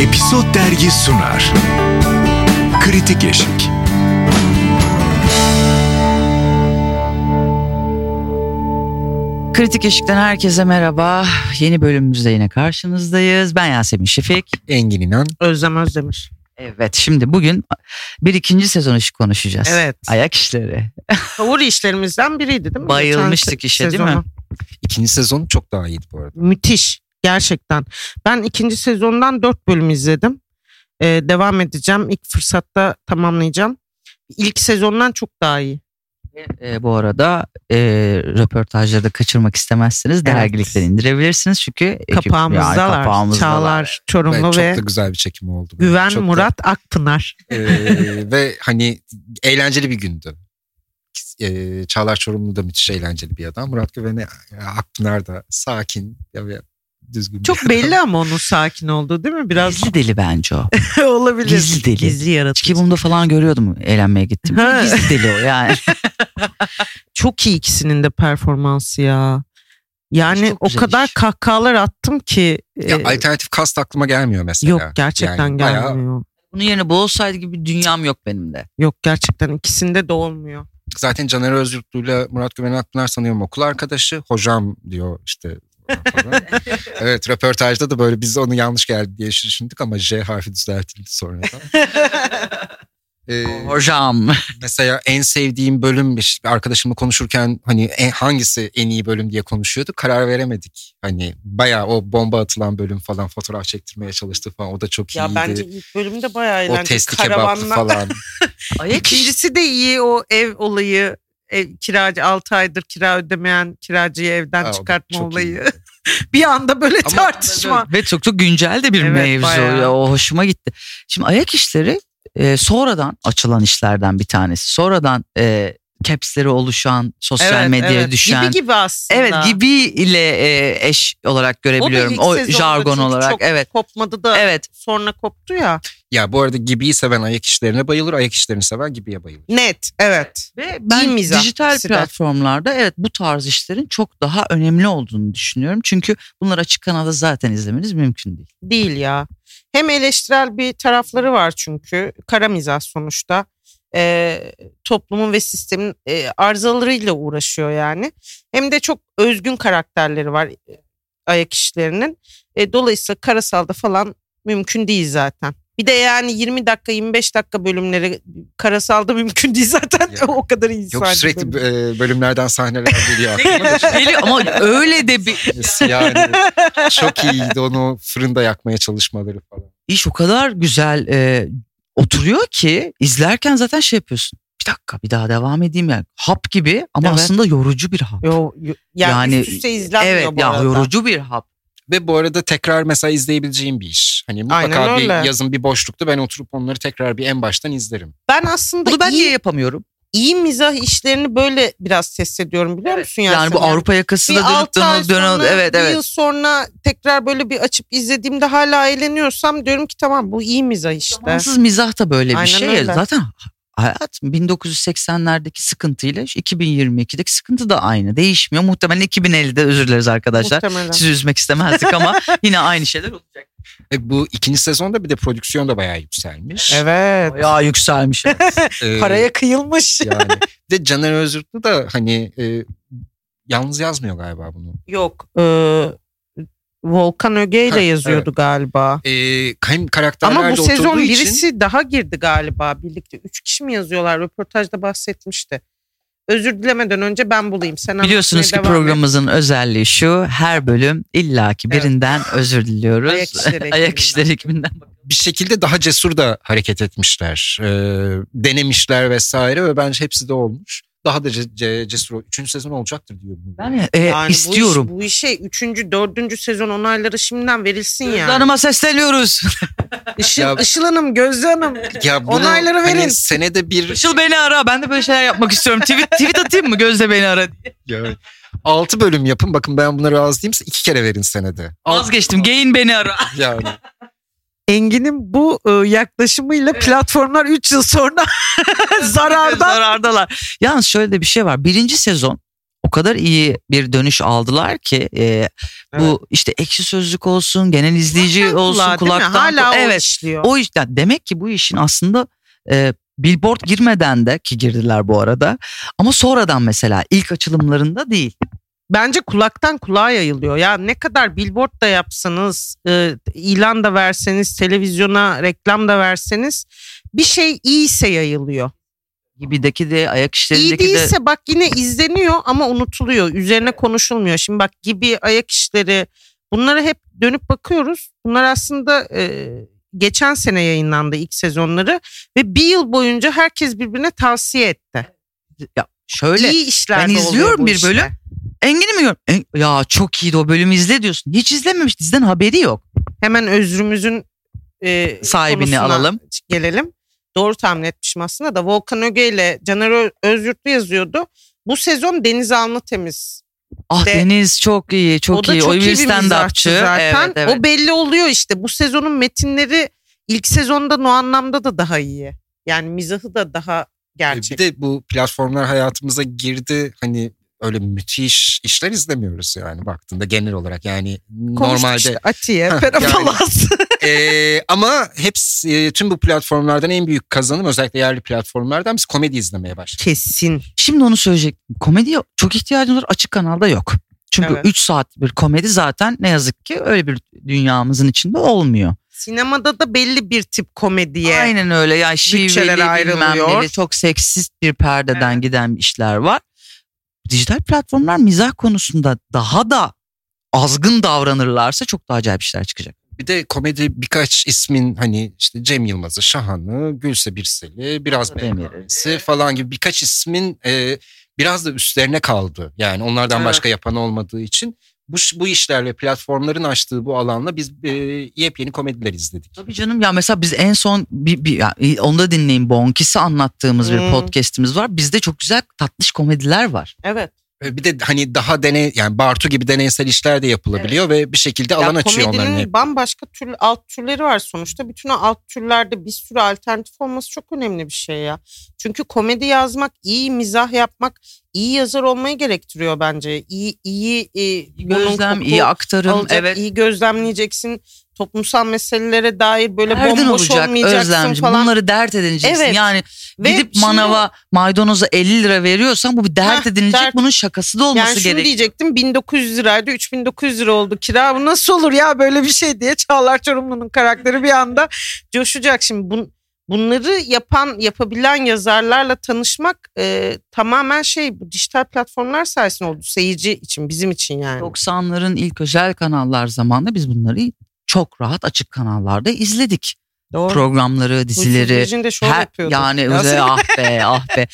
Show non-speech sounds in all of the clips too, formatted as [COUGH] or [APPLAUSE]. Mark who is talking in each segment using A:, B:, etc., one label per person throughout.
A: Episod Dergi sunar. Kritik Eşik.
B: Kritik Eşik'ten herkese merhaba. Yeni bölümümüzde yine karşınızdayız. Ben Yasemin Şefik.
C: Engin İnan.
D: Özlem Özdemir.
B: Evet şimdi bugün bir ikinci sezon Işık konuşacağız.
D: Evet.
B: Ayak işleri.
D: Favori işlerimizden biriydi değil mi?
B: Bayılmıştık
D: Geçen
B: işe,
D: se-
B: değil mi?
D: sezona.
C: İkinci sezon çok daha iyiydi bu arada.
D: Müthiş. Gerçekten. Ben ikinci sezondan dört bölüm izledim. Ee, devam edeceğim. İlk fırsatta tamamlayacağım. İlk sezondan çok daha iyi.
B: Ee, bu arada e, röportajları da kaçırmak istemezseniz dergilikten indirebilirsiniz. Çünkü ekip-
D: Kapağımızdalar.
B: yani kapağımızdalar.
D: Çağlar
C: Ve
D: Çorumlu
C: çok
D: ve
C: da güzel bir çekim oldu.
D: Güven
C: Çok da-
D: Murat Akpınar.
C: Ee, ve hani eğlenceli bir gündü. Ee, Çağlar Çorumlu da müthiş eğlenceli bir adam. Murat Güven'e Akpınar da sakin ya ve düzgün. bir
D: Çok
C: adam.
D: belli ama onun sakin olduğu değil mi? Biraz
B: Gizli deli bence o.
D: [LAUGHS] olabilir.
B: Gizli deli.
D: Gizli yaratıcı.
B: Çünkü bunu da falan görüyordum eğlenmeye gittim.
D: Ha.
B: Gizli deli o
D: [LAUGHS]
B: yani.
D: Çok iyi ikisinin de performansı ya. Yani
B: Çok
D: o
B: güzel
D: kadar
B: iş.
D: kahkahalar attım ki.
C: Ya
D: e,
C: alternatif kast aklıma gelmiyor mesela.
D: yok gerçekten
C: Yani bayağı-
D: gelmiyor.
B: Bunun yerine Bolside gibi bir dünyam yok benim de.
D: Yok gerçekten ikisinde de olmuyor.
C: Zaten Caner Özyurtlu'yla Murat Güven Akpınar sanıyorum okul arkadaşı. Hocam diyor
D: [LAUGHS]
C: işte. falan. evet röportajda da böyle biz onu yanlış geldi diye düşündük ama J harfi
D: [LAUGHS]
C: düzeltildi sonradan. Ee,
B: Hocam.
C: mesela en sevdiğim bölüm bir bir arkadaşımla konuşurken hani en- hangisi en iyi bölüm diye konuşuyorduk. Karar veremedik. Hani bayağı o bomba atılan bölüm falan fotoğraf çektirmeye çalıştı falan o da çok
D: ya
C: iyiydi.
D: bence ilk bölümde bayağı
C: o
D: eğlenceli.
C: testi
D: [LAUGHS]
C: kebaplı falan.
B: Ayak işleri.
D: İkincisi de iyi o ev olayı. Ev, kiracı 6 aydır kira ödemeyen kiracıyı evden
C: Aa, o da
D: çıkartma
C: çok
D: olayı.
C: iyiydi.
D: [LAUGHS] bir anda böyle
C: Ama-
D: tartışma.
B: Ve çok da güncel de bir
D: Evet,
B: mevzu.
D: bayağı.
B: Ya, o hoşuma gitti. Şimdi ayak işleri e, sonradan açılan işlerden bir tanesi. Sonradan e, capsleri oluşan, sosyal medyaya düşen.
D: Gibi gibi aslında.
B: evet gibi ile e, eş olarak görebiliyorum.
D: ilk
B: O,
D: sezonda
B: jargon
D: çünkü
B: olarak.
D: çok-
B: Evet.
D: Kopmadı da
B: Evet.
D: sonra koptu ya.
C: ya bu arada Gibi'yi seven ayak işlerine bayılır, ayak işlerini seven Gibi'ye bayılır.
D: Net evet.
B: Ve ben
D: mizah
B: dijital
D: ikisi de.
B: platformlarda evet bu tarz işlerin çok daha önemli olduğunu düşünüyorum. Çünkü bunları açık kanalda zaten izlemeniz mümkün değil.
D: Değil ya. Hem eleştirel bir tarafları var çünkü. Kara mizah sonuçta. Ee, toplumun ve sistemin e, arızalarıyla uğraşıyor yani. Hem de çok özgün karakterleri var e, ayak işlerinin. E, dolayısıyla karasalda falan mümkün değil zaten. Bir de yani 20 dakika 25 dakika bölümleri karasalda [LAUGHS] mümkün değil zaten.
C: Ya.
D: o kadar insan.
C: Yok sürekli e,
D: [LAUGHS]
C: bölümlerden sahneler geliyor aklıma da.
B: Deli ama öyle de bir
C: yani çok iyiydi onu fırında yakmaya çalışmaları falan.
B: iş o kadar güzel e, oturuyor ki izlerken zaten şey yapıyorsun. Bir dakika bir daha devam edeyim yani. Hap gibi ama
D: Evet.
B: aslında yorucu bir hap.
D: Yo, yo- yani,
B: Yani-
D: üst üste izlenmiyor
B: evet
D: bu
B: ya
D: arada.
B: yorucu bir hap.
C: Ve bu arada tekrar mesela izleyebileceğim bir iş. Hani
D: Aynen
C: mutlaka bir
D: öyle.
C: yazın bir boşlukta ben oturup onları tekrar bir en baştan izlerim.
D: Ben aslında
B: Bunu ben
D: iyi-
B: niye yapamıyorum?
D: iyi mizah işlerini böyle biraz test ediyorum biliyor musun?
B: Yani, bu
D: Yasemin?
B: Avrupa yakası
D: bir
B: da dönüp
D: altı ay
B: dönüp
D: sonra,
B: dönüp evet
D: bir
B: evet.
D: yıl sonra tekrar böyle bir açıp izlediğimde hala eğleniyorsam diyorum ki tamam bu iyi mizah işte.
B: Zamansız mizah da böyle bir
D: Aynen
B: şey. ya.
D: öyle.
B: Zaten hayat 1980'lerdeki sıkıntıyla 2022'deki sıkıntı da aynı. Değişmiyor. Muhtemelen 2050'de özür dileriz arkadaşlar.
D: Muhtemelen.
B: Sizi üzmek istemezdik ama yine aynı şeyler olacak.
C: E, bu ikinci sezonda bir de prodüksiyon da bayağı yükselmiş.
D: Evet.
B: Ya yükselmiş.
C: Ee,
D: Paraya kıyılmış.
C: yani. Bir de Caner Özürtlü da hani e, yalnız yazmıyor galiba bunu.
D: Yok. e, Volkan Öge ile
C: Ha,
D: yazıyordu galiba.
C: E, hem karakterler
D: Ama
C: de
D: bu sezon
C: oturduğu için-
D: birisi daha girdi galiba birlikte. Üç kişi mi yazıyorlar? Röportajda bahsetmişti. Özür dilemeden önce ben bulayım. Sen
B: Biliyorsunuz ki
D: anlatmaya devam et.
B: programımızın özelliği şu. Her bölüm illaki
D: Evet.
B: birinden özür diliyoruz.
D: Ayak işleri
B: [LAUGHS] Ayak
D: ekibinden.
B: işleri ekibinden.
C: bir şekilde daha cesur da hareket etmişler. Ee, denemişler vesaire ve bence hepsi de olmuş. Daha da ce- ce- cesur. Üçüncü sezon olacaktır diyor. bu.
B: Ben e,
D: Yani bu iş-
B: istiyorum.
D: Bu, işe 3. 4. sezon onayları şimdiden verilsin
B: Gözde
D: yani.
B: Hanım'a sesleniyoruz.
D: Işıl,
C: Ya-
D: Işıl Hanım, Gözde Hanım.
C: ya bunu
D: Onayları
C: hani
D: verin.
C: senede bir
D: şey
B: Işıl beni ara. Ben de böyle şeyler yapmak istiyorum. Tweet, tweet atayım mı? Gözde beni ara.
C: Ya, altı bölüm yapın. Bakın ben bunları razıyım. iki kere verin senede.
B: Vazgeçtim. Geyin beni ara.
D: [LAUGHS]
C: Yani. e,
D: Engin'in bu e, yaklaşımıyla platformlar 3 yıl sonra zarardan.
B: Zarardalar. Yalnız şöyle de bir şey var. Birinci sezon o kadar iyi bir dönüş aldılar ki e, bu işte ekşi sözlük olsun, genel izleyici
D: Kulaktan
B: olsun,
D: kulağa, değil mi?
B: kulaktan
D: Hala
B: kulağa-
D: o
B: evet.
D: işliyor.
B: O iş- yani demek ki bu işin aslında e, billboard girmeden de ki girdiler bu arada ama sonradan mesela ilk açılımlarında değil.
D: Bence kulaktan kulağa yayılıyor. Ya ne kadar billboard da yapsanız, e, ilan da verseniz, televizyona reklam da verseniz bir şey iyiyse yayılıyor.
B: Gibideki de ayak
D: İyi
B: işlerindeki de
D: değilse bak yine izleniyor ama unutuluyor. Üzerine konuşulmuyor. Şimdi bak gibi ayak işleri bunlara hep dönüp bakıyoruz. Bunlar aslında e, geçen sene yayınlandı ilk sezonları ve bir yıl boyunca herkes birbirine tavsiye etti.
B: ya şöyle
D: İyi işler
B: Ben
D: de oluyor
B: izliyorum
D: bu
B: bir
D: işte.
B: bölüm. Engin'i mi gör? En- ya çok iyiydi o bölümü izle diyorsun. Hiç izlememiş diziden haberi yok.
D: Hemen özrümüzün e,
B: Sahibini
D: konusuna
B: alalım.
D: Gelelim. Doğru tahmin etmişim aslında da Volkan Öge ile Caner Ö- Özyurtlu yazıyordu. Bu sezon Deniz Alnı temiz
B: Ah
D: De-
B: Deniz çok iyi çok
D: o da
B: iyi.
D: çok
B: o
D: iyi bir mizahçı
B: stand-upçı.
D: zaten.
B: Evet, evet.
D: O belli oluyor işte. Bu sezonun metinleri ilk sezondan o anlamda da daha iyi. Yani mizahı da daha
C: E,
D: gerçek.
C: Bir de bu platformlar hayatımıza girdi. Hani öyle müthiş işler izlemiyoruz yani baktığında genel olarak yani
D: Konuştuk
C: normalde
D: işte
C: [LAUGHS]
D: Atiye,
C: Heh,
D: Ferah
C: yani.
D: Palas.
C: Ee, ama hepsi e, tüm bu platformlardan en büyük kazanım özellikle yerli platformlardan biz komedi izlemeye başladık.
D: Kesin.
B: Şimdi onu söyleyecektim. Komediye çok ihtiyacımız var. Açık kanalda yok. Çünkü
D: Evet.
B: 3 saat bir komedi zaten ne yazık ki öyle bir dünyamızın içinde olmuyor.
D: Sinemada da belli bir tip komediye.
B: Aynen öyle. Yani şiveli
D: Bütçelere
B: bilmem
D: ayrılıyor.
B: neli, çok seksist bir perdeden
D: Evet.
B: giden işler var. Dijital platformlar mizah konusunda daha da azgın davranırlarsa çok daha acayip işler çıkacak.
C: Bir de komedi birkaç ismin hani işte Cem Yılmaz'ı, Şahan'ı, Gülse Birsel'i, biraz
B: Demir'i.
C: Beyaz'ı falan gibi birkaç ismin e, biraz da üstlerine kaldı. Yani onlardan
D: Evet.
C: başka yapan olmadığı için bu, ş- bu işlerle platformların açtığı bu alanla biz e, yepyeni komediler izledik.
B: Tabii canım ya mesela biz en son bir, bir ya, e, onu da dinleyin Bonkis'i anlattığımız bir
D: Hmm.
B: podcast'imiz var. Bizde çok güzel tatlış komediler var.
D: Evet.
C: E, Bir de hani daha deney yani Bartu gibi deneysel işler de yapılabiliyor ve bir şekilde
D: Ya
C: alan açıyor onların hep.
D: komedinin bambaşka tür, alt türleri var sonuçta. Bütün o alt türlerde bir sürü alternatif olması çok önemli bir şey ya. Çünkü komedi yazmak, iyi mizah yapmak, iyi yazar olmayı gerektiriyor bence. İyi, iyi, e, bunun
B: Gözlem,
D: koku
B: iyi aktarım,
D: alacak,
B: evet.
D: iyi gözlemleyeceksin. Toplumsal meselelere dair böyle
B: Nereden
D: bomboş
B: olacak
D: olmayacaksın
B: Özlemciğim?
D: falan.
B: Bunları dert edineceksin.
D: Evet.
B: Yani
D: Ve
B: gidip
D: şimdi-
B: manava maydanoza 50 lira veriyorsan bu bir dert
D: Heh,
B: edinilecek.
D: dert.
B: Bunun şakası da olması
D: yani şunu
B: gerek.
D: diyecektim 1900 liraydı 3900 lira oldu kira bu nasıl olur ya böyle bir şey diye Çağlar Çorumlu'nun karakteri bir anda coşacak. Şimdi bun, bunları yapan yapabilen yazarlarla tanışmak e, tamamen şey bu dijital platformlar sayesinde oldu seyirci için bizim için yani.
B: 90'ların ilk özel kanallar zamanında biz bunları çok rahat açık kanallarda izledik.
D: Doğru.
B: Programları, dizileri.
D: Bizim de şov
B: Her,
D: yapıyordu.
B: yani
D: Ya
B: özel ah be ah
D: [LAUGHS]
B: be. Ve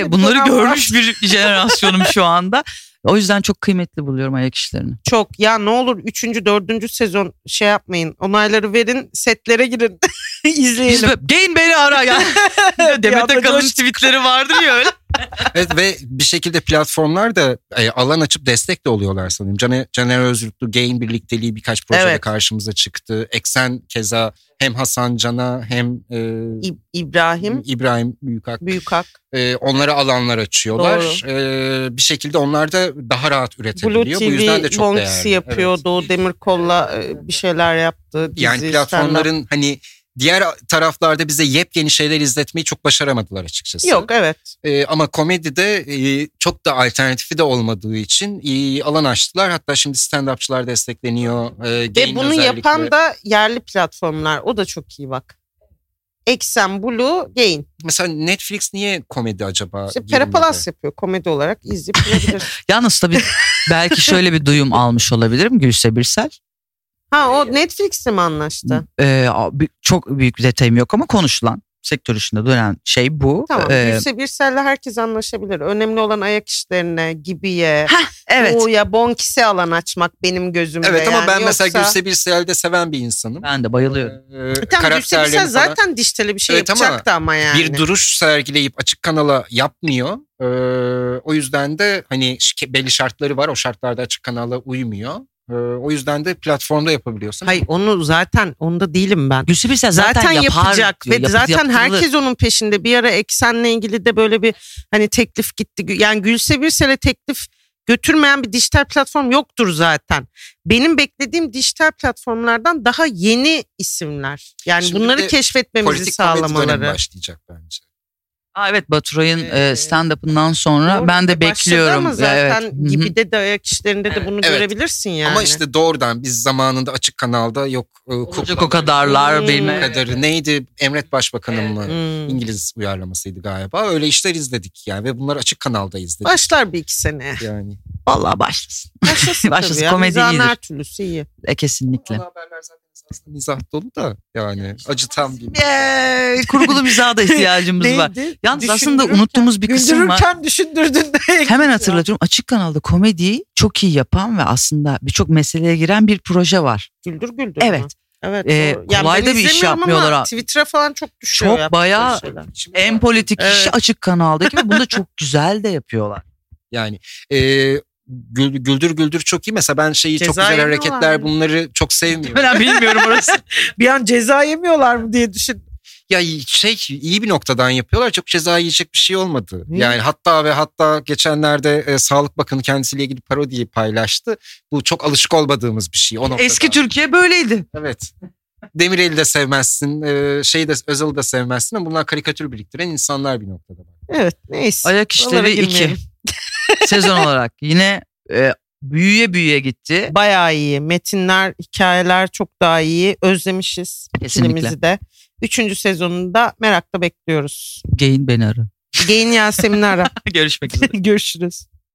D: Benim
B: bunları
D: dönem var.
B: görmüş bir jenerasyonum şu anda. O yüzden çok kıymetli buluyorum ayak
D: [LAUGHS]
B: işlerini.
D: Çok ya ne olur 3. 4. sezon şey yapmayın onayları verin setlere girin [LAUGHS]
B: Biz
D: izleyelim.
B: böyle, "Geyin beni ara
D: [LAUGHS]
B: ya. Demet
D: anda
B: Akalın
D: coş-
B: tweetleri vardır ya
D: [LAUGHS]
B: öyle.
C: Evet ve bir şekilde platformlar da e, alan açıp destek de oluyorlar sanırım. Caner, Caner Özgürtlü Gain birlikteliği birkaç projede
D: Evet.
C: karşımıza çıktı. Eksen keza hem Hasan Can'a hem e,
D: İb-
C: Hmm.
D: İbrahim
C: İbrahim Büyükak
D: Büyükak.
C: e, onlara alanlar açıyorlar. E, bir şekilde onlar da daha rahat üretebiliyor.
D: Blue
C: Bu yüzden de
D: TV
C: çok
D: Bonks'i
C: değerli.
D: yapıyor.
C: Evet.
D: Doğu Demirkol'la e, bir şeyler yaptı. Dizi,
C: Yani
D: stand-up.
C: platformların hani diğer taraflarda bize yepyeni şeyler izletmeyi çok başaramadılar açıkçası.
D: Yok evet.
C: Ee, ama komedide e, çok da alternatifi de olmadığı için e, alan açtılar. Hatta şimdi stand-upçılar destekleniyor. E,
D: Ve bunu yapan da yerli platformlar. O da çok iyi bak. Eksen, Blue, Gain.
C: Mesela Netflix niye komedi acaba?
D: İşte
C: girmedi?
D: Perapalas yapıyor komedi olarak. izleyip
C: [LAUGHS]
D: bulabilirsin.
B: Yalnız tabii belki şöyle bir duyum almış olabilirim Gülse Birsel.
D: ha o Netflix'le mi anlaştı?
B: Ee, bir- çok büyük bir detayım yok ama konuşulan sektör içinde dönen şey bu.
D: Tamam.
B: Ee,
D: Gülse Birsel'le herkes anlaşabilir. Önemli olan ayak işlerine, gibiye,
B: evet.
D: O'ya, Bonkis'e alan açmak benim gözümde.
C: Evet ama
D: yani.
C: ben mesela
D: Yoksa- E
C: Gülse Birsel'de seven bir insanım.
B: Ben de bayılıyorum.
C: Ee,
D: Tamam, Gülse
C: karakterlerini
D: Birsel
C: falan-
D: zaten dijitale bir şey
C: Evet ama
D: yapacaktı ama, yani.
C: Bir duruş sergileyip açık kanala yapmıyor. Ee, o yüzden de hani şike- belli şartları var. O şartlarda açık kanala uymuyor. Ee, o yüzden de platformda yapabiliyorsun.
D: Hayır onu zaten onda değilim ben.
B: Gülse Birsel zaten,
D: Zaten,
B: yapar
D: yapacak
B: diyor.
D: ve
B: Yap-
D: zaten
B: yapılı.
D: herkes onun peşinde. Bir ara eksenle ilgili de böyle bir hani teklif gitti. Yani Gülse Birsel'e teklif götürmeyen bir dijital platform yoktur zaten. Benim beklediğim dijital platformlardan daha yeni isimler. Yani
C: Şimdi bir
D: bunları
C: de
D: keşfetmemizi
C: Politik komedi dönemi
D: sağlamaları.
C: başlayacak bence.
B: Aa, evet Baturay'ın
D: Ee,
B: e, stand-up'ından sonra
D: Doğru.
B: ben de
D: Başladı
B: bekliyorum.
D: Ama
B: Evet.
D: zaten
B: Hı hı.
D: gibi de dayak işlerinde de
B: Evet.
D: bunu
C: Evet.
D: görebilirsin yani.
C: Ama işte doğrudan biz zamanında açık kanalda yok e,
B: Olacak
C: kuklaları,
B: o kadarlar
D: Hmm.
B: bilmem.
C: o kadarı neydi Emret Başbakan'ın mı?
D: Hmm.
C: İngiliz uyarlamasıydı galiba. Öyle işler izledik yani ve bunlar açık kanalda izledik.
D: Başlar bir iki sene.
C: yani.
B: Vallahi başlasın. [LAUGHS]
D: Başlasın
B: Başlasın,
D: tabii ya.
B: komedi
D: Mizahın
B: iyidir.
D: her türlüsü iyi.
B: E, kesinlikle.
C: Ana haberler zaten esasında mizah dolu da yani acıtan bir.
B: Yay! kurgulu mizaha
D: [LAUGHS]
B: da ihtiyacımız var.
D: Neydi?
B: Yalnız aslında
D: Düşündürürken-
B: unuttuğumuz bir kısım var.
D: Güldürürken düşündürdün de.
B: Hemen hatırlatıyorum. Açık kanalda komediyi çok iyi yapan ve aslında birçok meseleye giren bir proje var.
D: Güldür güldür.
B: Evet.
D: ama. Evet.
B: Ee,
D: doğru. Yani
B: kolay
D: ben
B: da bir iş
D: izlemiyorum ama
B: yapmıyorlar ha.
D: Twitter'a falan çok düşüyor.
B: Çok
D: yaptıkları
B: bayağı-
D: şeyler.
C: Şimdi
B: En
C: var.
B: politik
D: Evet.
B: işi açık kanaldaki ve [LAUGHS] bunu da çok güzel de yapıyorlar.
C: Yani e, Gül- güldür güldür çok iyi. Mesela ben şeyi çok
D: Ceza
C: güzel
D: yemiyorlar
C: hareketler
D: mı?
C: bunları
B: [LAUGHS]
C: çok sevmiyorum.
B: Ben bilmiyorum orası.
D: Bir an ceza yemiyorlar mı diye düşün.
C: ya şey iyi bir noktadan yapıyorlar. Çok ceza yiyecek bir şey olmadı.
D: Hı.
C: Yani hatta ve hatta geçenlerde e, Sağlık Bakanı kendisiyle ilgili parodiyi paylaştı. Bu çok alışık olmadığımız bir şey. O noktada.
B: Eski Türkiye böyleydi.
C: Evet. Demirel'i de sevmezsin, e, şeyi de Özal'ı da sevmezsin ama bunlar karikatür biriktiren insanlar bir noktada.
D: Evet neyse.
B: Ayak
D: Oralara
B: işleri 2.
D: girmeyelim.
B: [LAUGHS] Sezon olarak yine e, büyüye büyüye gitti.
D: Bayağı iyi. Metinler, hikayeler çok daha iyi. Özlemişiz
B: Kesinlikle.
D: filmimizi de. Üçüncü sezonunda merakla bekliyoruz.
B: Geyin beni ara.
D: Geyin Yasemin'i ara.
B: Görüşmek üzere.
D: Görüşürüz.